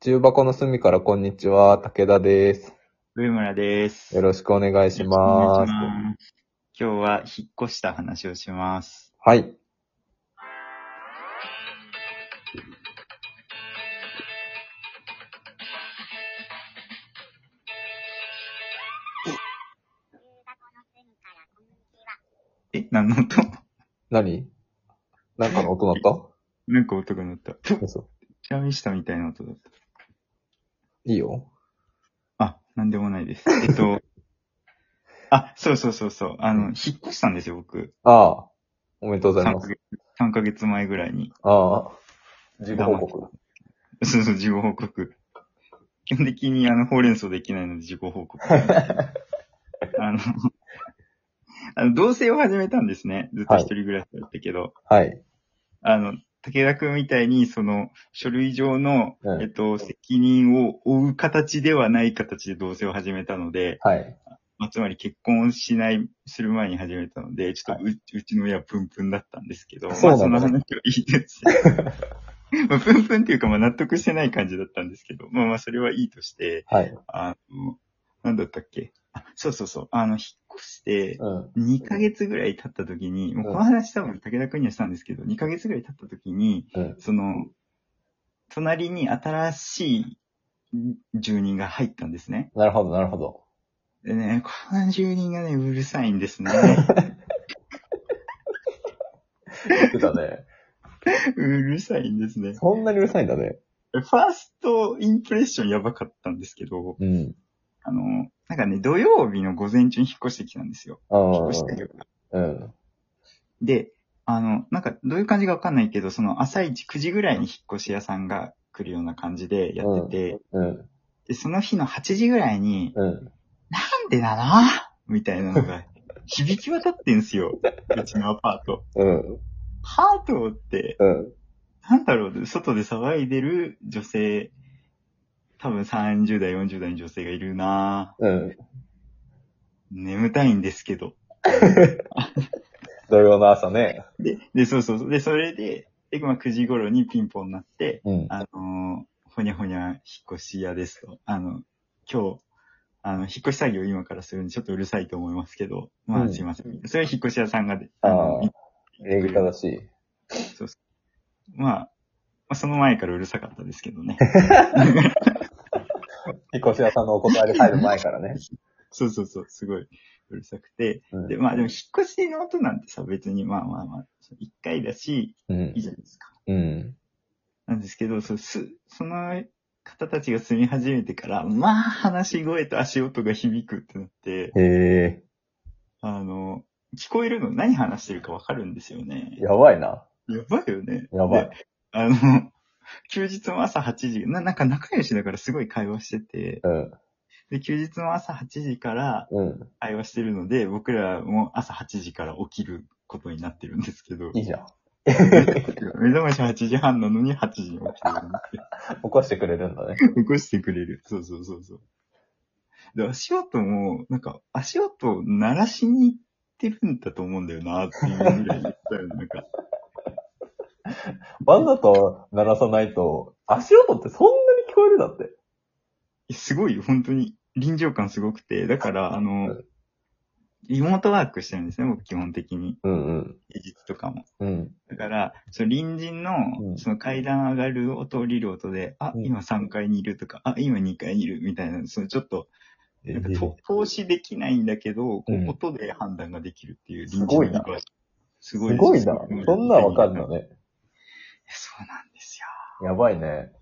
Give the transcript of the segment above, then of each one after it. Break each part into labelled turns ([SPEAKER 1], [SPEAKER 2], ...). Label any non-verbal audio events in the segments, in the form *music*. [SPEAKER 1] 中箱の隅からこんにちは、武田です。
[SPEAKER 2] 上村です。
[SPEAKER 1] よろしくお願いし
[SPEAKER 2] お願
[SPEAKER 1] ま
[SPEAKER 2] い
[SPEAKER 1] す。
[SPEAKER 2] します。今日は引っ越した話をします。
[SPEAKER 1] はい。
[SPEAKER 2] え、何の音 *laughs*
[SPEAKER 1] 何なんかの音鳴っ
[SPEAKER 2] なんか音が鳴った。
[SPEAKER 1] た嘘
[SPEAKER 2] チャミしたみたいな音だった。
[SPEAKER 1] いいよ。
[SPEAKER 2] あ、なんでもないです。えっと、あ、そうそうそうそう。あの、引っ越したんですよ、僕。
[SPEAKER 1] ああ。おめでとうござい
[SPEAKER 2] 3
[SPEAKER 1] ま
[SPEAKER 2] ヶ
[SPEAKER 1] す。
[SPEAKER 2] 月、三ヶ月前ぐらいに。
[SPEAKER 1] ああ。自己報告。
[SPEAKER 2] そうそう、事後報告。基本的にあの、ほうれん草できないので事
[SPEAKER 1] *laughs*
[SPEAKER 2] 後報告。あの、あの、同棲を始めたんですね。ずっと一人暮らしだったけど。
[SPEAKER 1] はい。
[SPEAKER 2] あの、武田くんみたいに、その、書類上の、
[SPEAKER 1] うん
[SPEAKER 2] えっと、責任を負う形ではない形で同棲を始めたので、
[SPEAKER 1] はい。
[SPEAKER 2] まあ、つまり結婚しない、する前に始めたので、ちょっとう,、うちの親はプンプンだったんですけど、
[SPEAKER 1] そう
[SPEAKER 2] まあ、
[SPEAKER 1] な
[SPEAKER 2] そ
[SPEAKER 1] んだ
[SPEAKER 2] の話はいい
[SPEAKER 1] *laughs*
[SPEAKER 2] です。まあ、プンプンっていうか、まあ、納得してない感じだったんですけど、まあまあ、それはいいとして、
[SPEAKER 1] はい。
[SPEAKER 2] あの、なんだったっけあ、そうそうそう、あの、引っ越して、
[SPEAKER 1] うん。
[SPEAKER 2] 2ヶ月ぐらい経った時に、もうこの話多分武田くんにはしたんですけど、2ヶ月ぐらい経った時に、
[SPEAKER 1] うん。
[SPEAKER 2] その、隣に新しい住人が入ったんですね。
[SPEAKER 1] なるほど、なるほど。
[SPEAKER 2] でね、この住人がね、うるさい
[SPEAKER 1] *laughs*
[SPEAKER 2] んですね。
[SPEAKER 1] 言ってたね。
[SPEAKER 2] うるさいんですね。
[SPEAKER 1] そんなにうるさいんだね。
[SPEAKER 2] ファーストインプレッションやばかったんですけど、
[SPEAKER 1] うん。
[SPEAKER 2] あの、なんかね、土曜日の午前中に引っ越してきたんですよ。
[SPEAKER 1] あ
[SPEAKER 2] 引っ
[SPEAKER 1] あ
[SPEAKER 2] 越。したよ。
[SPEAKER 1] うん。
[SPEAKER 2] で、あの、なんか、どういう感じかわかんないけど、その朝一9時ぐらいに引っ越し屋さんが来るような感じでやってて、
[SPEAKER 1] うん。
[SPEAKER 2] で、その日の8時ぐらいに、
[SPEAKER 1] うん。
[SPEAKER 2] なんでだなみたいな
[SPEAKER 1] *laughs*
[SPEAKER 2] のが、響き渡ってんすよ。うちのアパート。
[SPEAKER 1] うん。
[SPEAKER 2] ハートって、
[SPEAKER 1] うん。
[SPEAKER 2] なんだろう、外で騒いでる女性、多分30代、40代の女性がいるな
[SPEAKER 1] うん。
[SPEAKER 2] 眠たいんですけど。
[SPEAKER 1] 土曜の朝ね。
[SPEAKER 2] で、で、そうそうそう。で、それで、え、まあ9時頃にピンポンになって、
[SPEAKER 1] うん。
[SPEAKER 2] あのーほにゃほにゃ引っ越し屋ですと。あの、今日、あの、引っ越し作業を今からするんでちょっとうるさいと思いますけど、ま
[SPEAKER 1] う
[SPEAKER 2] あ
[SPEAKER 1] ん
[SPEAKER 2] すいません。それは引っ越し屋さんがで、
[SPEAKER 1] あー
[SPEAKER 2] の
[SPEAKER 1] 礼儀正しい。
[SPEAKER 2] まあ、まあ、その前からうるさかったですけどね。
[SPEAKER 1] 引っ越し屋さんのお断り入る前からね。
[SPEAKER 2] そうそうそう、すごい。うるさくて。
[SPEAKER 1] うん
[SPEAKER 2] で、まあでも、引っ越しの音なんてさ、別に、まあまあまあ、一回だし、
[SPEAKER 1] うん
[SPEAKER 2] いい。じゃないですか。
[SPEAKER 1] うん。
[SPEAKER 2] なんですけど、そうす、その方たちが住み始めてから、まあ、話し声と足音が響くってなって、
[SPEAKER 1] へえ。
[SPEAKER 2] あの、聞こえるの何話してるかわかるんですよね。
[SPEAKER 1] やばいな。
[SPEAKER 2] やばいよね。
[SPEAKER 1] やばい
[SPEAKER 2] で。あの、休日の朝8時、な、なんか仲良しだからすごい会話してて、
[SPEAKER 1] うん。
[SPEAKER 2] で、休日の朝8時から
[SPEAKER 1] うん。
[SPEAKER 2] 会話してるので、僕らも朝8時から起きることになってるんですけど、
[SPEAKER 1] いいじゃん。
[SPEAKER 2] 目覚まし8時半なのに8時に起きてるんで
[SPEAKER 1] 起こしてくれるんだね。 *laughs*
[SPEAKER 2] 起こしてくれる。そうそうそうそう。で、足音も、なんか、足音を鳴らしに行ってるんだと思うんだよな、っていうぐらい言ったよ。なんか、
[SPEAKER 1] わざと鳴らさないと、足音ってそんなに聞こえるだって。
[SPEAKER 2] すごい、本当に、臨場感すごくて、だから、あの、リモートワークしてるんですね、僕基本的に。
[SPEAKER 1] うんうん。
[SPEAKER 2] 平日とかも。
[SPEAKER 1] うん。
[SPEAKER 2] だから、その隣人
[SPEAKER 1] う
[SPEAKER 2] の、
[SPEAKER 1] ん
[SPEAKER 2] その階段上がる音降りる音で、あ
[SPEAKER 1] う、ん
[SPEAKER 2] 今3階にいるとか、あ、今2階にいるみたいな、そのちょっと、なんかと投資できないんだけど、こ
[SPEAKER 1] うん
[SPEAKER 2] う音で判断ができるっていう
[SPEAKER 1] すごいな
[SPEAKER 2] 隣人のすご
[SPEAKER 1] す
[SPEAKER 2] い
[SPEAKER 1] ごいな。
[SPEAKER 2] です
[SPEAKER 1] そんなんわかんのね。
[SPEAKER 2] そうなんですよ。
[SPEAKER 1] やばいね。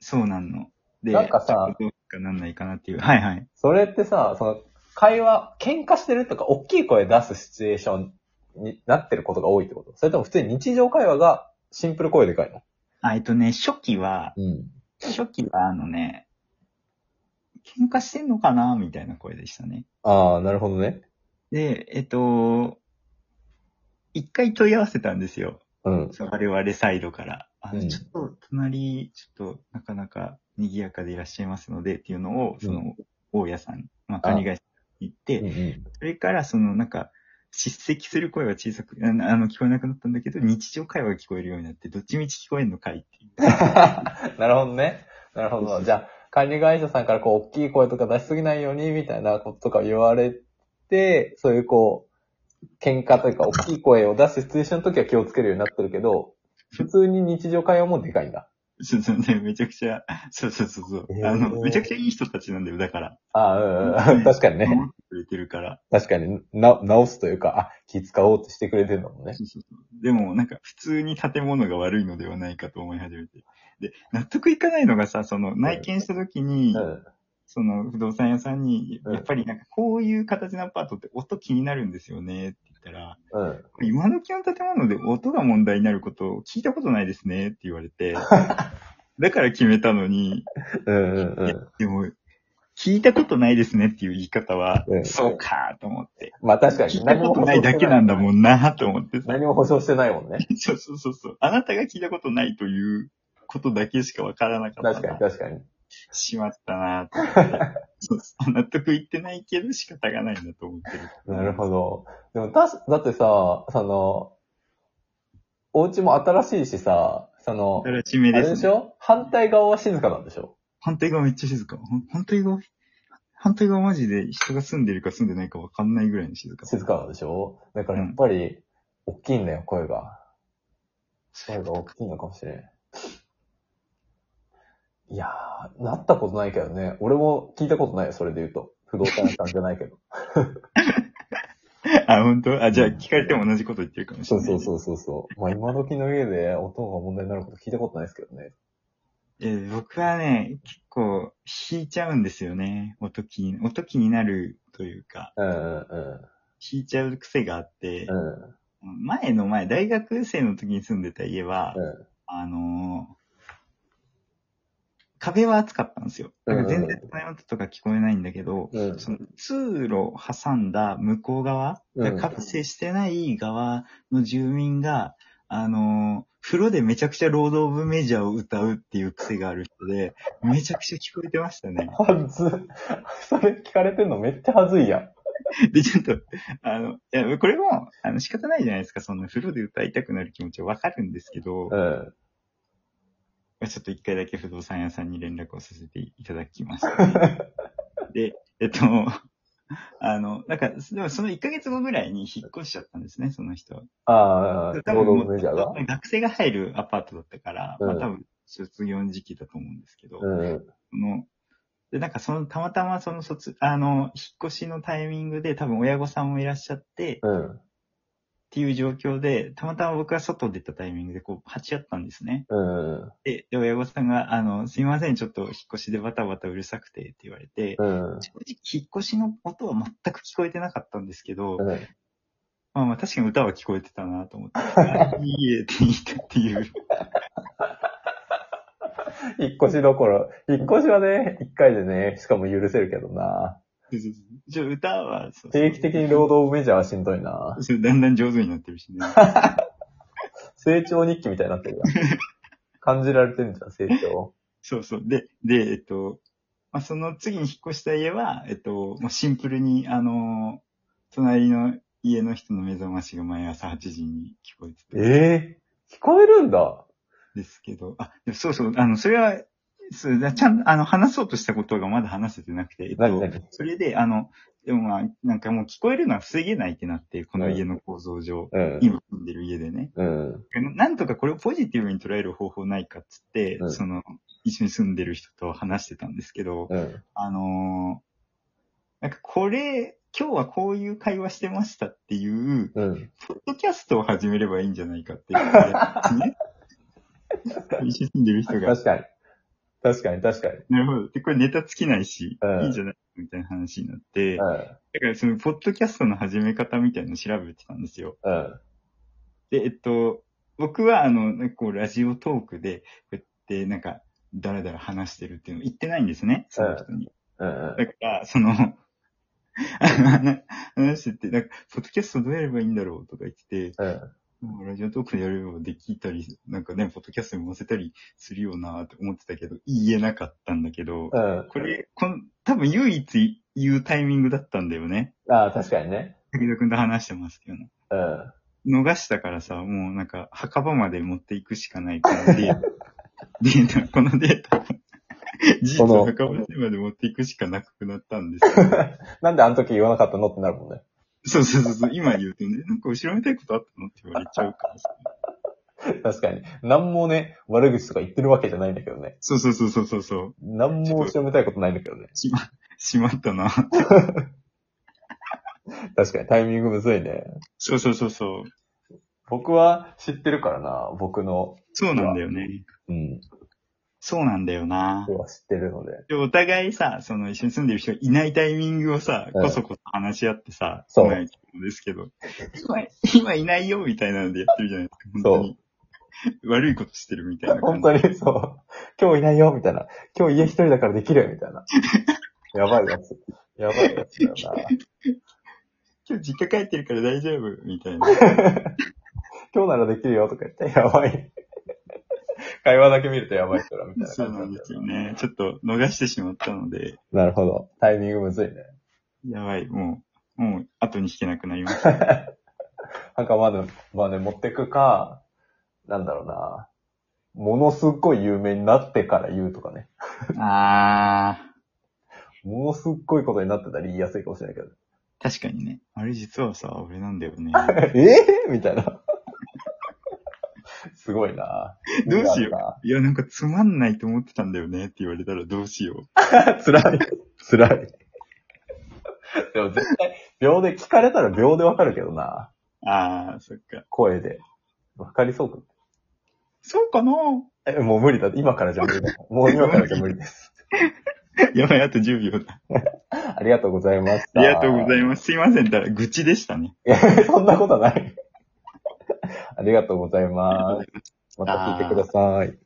[SPEAKER 2] そうなんの。で、
[SPEAKER 1] なんかさ
[SPEAKER 2] ちょっとどうかなんないかなっていう。はいはい。
[SPEAKER 1] それってさ、その、会話、喧嘩してるとか、大きい声出すシチュエーションになってることが多いってことそれとも普通に日常会話がシンプル声でかいの
[SPEAKER 2] あ、えっとね、初期は、
[SPEAKER 1] うん。
[SPEAKER 2] 初期はあのね、喧嘩してんのかなみたいな声でしたね。
[SPEAKER 1] ああ、なるほどね。
[SPEAKER 2] で、えっと、一回問い合わせたんですよ。
[SPEAKER 1] うん。
[SPEAKER 2] そう我々サイドから。あの
[SPEAKER 1] うん
[SPEAKER 2] ちょっと隣、ちょっとなかなか賑やかでいらっしゃいますのでっていうのを、その、大家さん、まあ、
[SPEAKER 1] あ
[SPEAKER 2] 管理会社に行っ
[SPEAKER 1] うんう
[SPEAKER 2] て、
[SPEAKER 1] ん。
[SPEAKER 2] それからそのなんか、叱責する声は小さく、あの、あの聞こえなくなったんだけど、日常会話が聞こえるようになって、どっちみち聞こえんのかいっていう。
[SPEAKER 1] *laughs* なるほどね。なるほど。じゃあ、管理会社さんからこう、大きい声とか出しすぎないように、みたいなこととか言われて、そういうこう、喧嘩というか、大きい声を出すシチュエーションの時は気をつけるようになってるけど、普通に日常会話もでかいんだ。
[SPEAKER 2] そうそうね、めちゃくちゃ、そうそうそうそう、
[SPEAKER 1] えー
[SPEAKER 2] あの、めちゃくちゃいい人たちなんだよ、だから。
[SPEAKER 1] ああ、うんうん、 *laughs* 確かにね。
[SPEAKER 2] 守ってくれてるから。
[SPEAKER 1] 確かにな、直すというか、あ、気使おうとしてくれてるんだもんね。
[SPEAKER 2] そうそうそうでも、なんか、普通に建物が悪いのではないかと思い始めて。で、納得いかないのがさ、その、内見した時に、
[SPEAKER 1] うん。
[SPEAKER 2] その、不動産屋さんに、
[SPEAKER 1] うん
[SPEAKER 2] やっぱりなんか、こういう形のアパートって音気になるんですよね、って言ったら、
[SPEAKER 1] うん。
[SPEAKER 2] これ今時の建物で音が問題になることを聞いたことないですね、って言わ
[SPEAKER 1] *laughs*
[SPEAKER 2] れて、だから決めたのに、
[SPEAKER 1] うんうんうん。
[SPEAKER 2] でも、聞いたことないですねっていう言い方は、
[SPEAKER 1] うん
[SPEAKER 2] そうかと思って。
[SPEAKER 1] まあ確か
[SPEAKER 2] 聞
[SPEAKER 1] に
[SPEAKER 2] いたことないだけなんだもんなと思ってさ。
[SPEAKER 1] 何も保証してないもんね。
[SPEAKER 2] そうそうそうそう。あなたが聞いたことないということだけしかわからなかったな。
[SPEAKER 1] 確かに確かに。
[SPEAKER 2] しまったなと思って。そうそう納得いってないけど仕方がないなと思ってる。
[SPEAKER 1] なるほど。でもたし、だってさ、その、お家も新しいしさ、その、
[SPEAKER 2] 新しめ
[SPEAKER 1] あ
[SPEAKER 2] で
[SPEAKER 1] れ
[SPEAKER 2] す、
[SPEAKER 1] で
[SPEAKER 2] ね。
[SPEAKER 1] しょ反対側は静かなんでしょ
[SPEAKER 2] 反対側めっちゃ静か。ほん反対側、反対側マジで人が住んでるか住んでないかわかんないぐらいの静か。
[SPEAKER 1] 静かなんでしょだからやっぱり、大きいんだよ、声が。声が大きいのかもしれん。いやー、なったことないけどね。俺も聞いたことないよ、それで言うと。不動産屋さんじゃない
[SPEAKER 2] *laughs*
[SPEAKER 1] けど。
[SPEAKER 2] あ、本当？あ、じゃあ聞かれても同じこと言ってるかもし
[SPEAKER 1] そ
[SPEAKER 2] れ
[SPEAKER 1] う
[SPEAKER 2] ない。
[SPEAKER 1] そうそうそうそう。まあ今時の家で音が問題になること聞いたことないですけどね。
[SPEAKER 2] えー僕はね、結構引いちゃうんですよね。音気に、音気になるというか、
[SPEAKER 1] うんうん
[SPEAKER 2] 引いちゃう癖があって
[SPEAKER 1] う、ん。うん。
[SPEAKER 2] 前の前、大学生の時に住んでた家は、
[SPEAKER 1] うん
[SPEAKER 2] あのー壁は厚かったんですよ。だから全然隣の音とか聞こえないんだけど、
[SPEAKER 1] うん
[SPEAKER 2] その通路を挟んだ向こう側、
[SPEAKER 1] うん
[SPEAKER 2] 覚醒してない側の住民が、あのー風呂でめちゃくちゃロード・オブ・メジャーを歌うっていう癖がある人で、めちゃくちゃ聞こえてましたね。
[SPEAKER 1] はず。それ聞かれてんのめっちゃはずいやん。
[SPEAKER 2] で、ちょっと、あの、いや、これも、あの、仕方ないじゃないですか。その風呂で歌いたくなる気持ちはわかるんですけど、
[SPEAKER 1] うん。
[SPEAKER 2] *laughs* ちょっと一回だけ不動産屋さんに連絡をさせていただき
[SPEAKER 1] *laughs*
[SPEAKER 2] ました、で、えっと、あの、なんか、でもその1ヶ月後ぐらいに引っ越しちゃったんですね、その人は。
[SPEAKER 1] ああ、
[SPEAKER 2] 多
[SPEAKER 1] ロー
[SPEAKER 2] 分
[SPEAKER 1] ドオ
[SPEAKER 2] も
[SPEAKER 1] ブメジャーが
[SPEAKER 2] う学生が入るアパートだったから、
[SPEAKER 1] うん
[SPEAKER 2] まあ多分卒業の時期だと思うんですけど、
[SPEAKER 1] うん。
[SPEAKER 2] そので、なんかその、たまたまその卒、あの、引っ越しのタイミングで多分親御さんもいらっしゃって、っ
[SPEAKER 1] うん。
[SPEAKER 2] ていう状況で、たまたま僕が外出たタイミングでこう、鉢合ったんですね。
[SPEAKER 1] うん。
[SPEAKER 2] で、で親御さんが、あの、すいません、ちょっと引っ越しでバタバタうるさくてって言われて、
[SPEAKER 1] うん。
[SPEAKER 2] 正直引っ越しの音は全く聞こえてなかったんですけど、
[SPEAKER 1] うん
[SPEAKER 2] まあまあ確かに歌は聞こえてたなと思って、あ
[SPEAKER 1] *laughs*
[SPEAKER 2] いいえって言ったっていう。
[SPEAKER 1] 引っ越しどころ、引っ越しはね、一回でね、しかも許せるけどな。
[SPEAKER 2] じゃ歌は、そう
[SPEAKER 1] 定期的にロードオブメジャーはしんどいな。
[SPEAKER 2] そうだんだん上手になってるしね。
[SPEAKER 1] 成長日記みたいになってるやん。 *laughs* 感じられてんじゃん、成長。
[SPEAKER 2] そうそう。で、で、えっと、まあ、その次に引っ越した家は、えっと、もうシンプルに、あの、隣の家の人の目覚ましが毎朝8時に聞こえてたん
[SPEAKER 1] ええ聞こえるんだ。
[SPEAKER 2] ですけど、あ、でもそうそう、あの、それは、そうだちゃん、あの、話そうとしたことがまだ話せてなくて、えっ
[SPEAKER 1] 何
[SPEAKER 2] と、
[SPEAKER 1] 何
[SPEAKER 2] それで、あの、でもまあ、なんかもう聞こえるのは防げないってなって、この
[SPEAKER 1] うん
[SPEAKER 2] 家の構造上、
[SPEAKER 1] うん。
[SPEAKER 2] 今住んでる家でね。
[SPEAKER 1] うん。
[SPEAKER 2] なんとかこれをポジティブに捉える方法ないかっつって、
[SPEAKER 1] うん
[SPEAKER 2] その、一緒に住んでる人と話してたんですけど、
[SPEAKER 1] うん。
[SPEAKER 2] あのーなんかこれ、今日はこういう会話してましたっていう、
[SPEAKER 1] うん。
[SPEAKER 2] ポッドキャストを始めればいいんじゃないかっ
[SPEAKER 1] *laughs*
[SPEAKER 2] ていうことで、ね。一緒に住んでる人が、
[SPEAKER 1] 確かに。確かに、確かに。
[SPEAKER 2] なるほど。で、これネタ尽きないし、
[SPEAKER 1] うん
[SPEAKER 2] いいんじゃないみたいな話になって、だ
[SPEAKER 1] うん。
[SPEAKER 2] からその、ポッドキャストの始め方みたいなの調べてたんですよ。
[SPEAKER 1] うん。
[SPEAKER 2] で、えっと、僕は、あの、なんかこう、ラジオトークで、こうやって、なんか、だらだら話してるっていうのを言ってないんですね、その人に。
[SPEAKER 1] うん。
[SPEAKER 2] だから、その、 *laughs* 話してて、なんか、ポッドキャストどうやればいいんだろうとか言ってて、
[SPEAKER 1] うん。
[SPEAKER 2] もうラジオトークでやればできたり、なんかね、ポッドキャストに載せたりするよなって思ってたけど、言えなかったんだけ
[SPEAKER 1] う
[SPEAKER 2] ど、
[SPEAKER 1] ん。
[SPEAKER 2] これ、この、多分唯一言うタイミングだったんだよね。
[SPEAKER 1] ああ、確かにね。
[SPEAKER 2] 武田くんと話してますよね。
[SPEAKER 1] うん。 *laughs*
[SPEAKER 2] 逃したからさ、もうなんか、墓場まで持っていくしかない感じで、データ、このデータを、事実
[SPEAKER 1] この
[SPEAKER 2] を墓場まで持っていくしかなくなったんですよ。
[SPEAKER 1] なんであの時言わなかったのってなるもんね。
[SPEAKER 2] そうそうそうそう、今言うとね、なんか後ろめたいことあったのって言われちゃうからさ。
[SPEAKER 1] 確かに。なんもね、悪口とか言ってるわけじゃないんだけどね。
[SPEAKER 2] そうそうそうそうそうそう、
[SPEAKER 1] なんも後ろめたいことないんだけどね。
[SPEAKER 2] しま、しまったな。
[SPEAKER 1] 確かにタイミングむずいね。
[SPEAKER 2] そうそうそうそう。
[SPEAKER 1] 僕は知ってるからな、僕の。
[SPEAKER 2] そうなんだよね。
[SPEAKER 1] うん。
[SPEAKER 2] そうなんだよな。
[SPEAKER 1] 僕は知ってるので。
[SPEAKER 2] でお互いさ、その一緒に住んでる人がいないタイミングをさ、
[SPEAKER 1] うん
[SPEAKER 2] こそこそ話し合ってさ、
[SPEAKER 1] そう
[SPEAKER 2] 今ですけど、今、今いないよみたいなのでやってるじゃないですか、本当に。悪いことしてるみたいな
[SPEAKER 1] *laughs*
[SPEAKER 2] 感
[SPEAKER 1] 本
[SPEAKER 2] じ。
[SPEAKER 1] 当にそう。今日いないよ、みたいな。今日家一人だからできるよ、みたいな。やばいやつ。やばいやつだよな。
[SPEAKER 2] 今日実家帰ってるから大丈夫み
[SPEAKER 1] *laughs*
[SPEAKER 2] たいな。
[SPEAKER 1] 今日ならできるよ、とか言って、やばい。会話だけ見るとやばい人だ、みたいな
[SPEAKER 2] そう
[SPEAKER 1] 感じ
[SPEAKER 2] な
[SPEAKER 1] なん
[SPEAKER 2] ん
[SPEAKER 1] だ
[SPEAKER 2] で
[SPEAKER 1] よ
[SPEAKER 2] すよね。ちょっと逃してしまったので、
[SPEAKER 1] ななるほど。タイミングむずいね。
[SPEAKER 2] やばい、もう、もう後に引けなくなりま
[SPEAKER 1] *laughs*
[SPEAKER 2] した。
[SPEAKER 1] 墓まで、まで持ってくか、なんだろうな。ものすっごい有名になってから言うとかね。
[SPEAKER 2] あ
[SPEAKER 1] ものすっごいことになってたら言いやすいかもしれないけど。
[SPEAKER 2] ー、確かにね。あれ実はさ、俺なんだよね。
[SPEAKER 1] *laughs* えー、みたいな。すごいな
[SPEAKER 2] どうしよう
[SPEAKER 1] うない
[SPEAKER 2] や、なんかつまんないと思ってたんだよねって言われたらどうしよう。
[SPEAKER 1] 辛い。辛い。でも絶対、秒で、聞かれたら秒でわかるけどな。
[SPEAKER 2] ああ、そっか。
[SPEAKER 1] 声で。わかりそうか。
[SPEAKER 2] そうかな *laughs*
[SPEAKER 1] え、もう無理だ。今からじゃ無理だ。もう今からじゃ無理です。
[SPEAKER 2] やばい、あと10秒だ。
[SPEAKER 1] ありがとうございました。
[SPEAKER 2] ありがとうござい
[SPEAKER 1] ま
[SPEAKER 2] ます。すいません、ただ、愚痴でしたね。
[SPEAKER 1] す。 *laughs* そんなことはない。ありがとうございます。また聞いてください。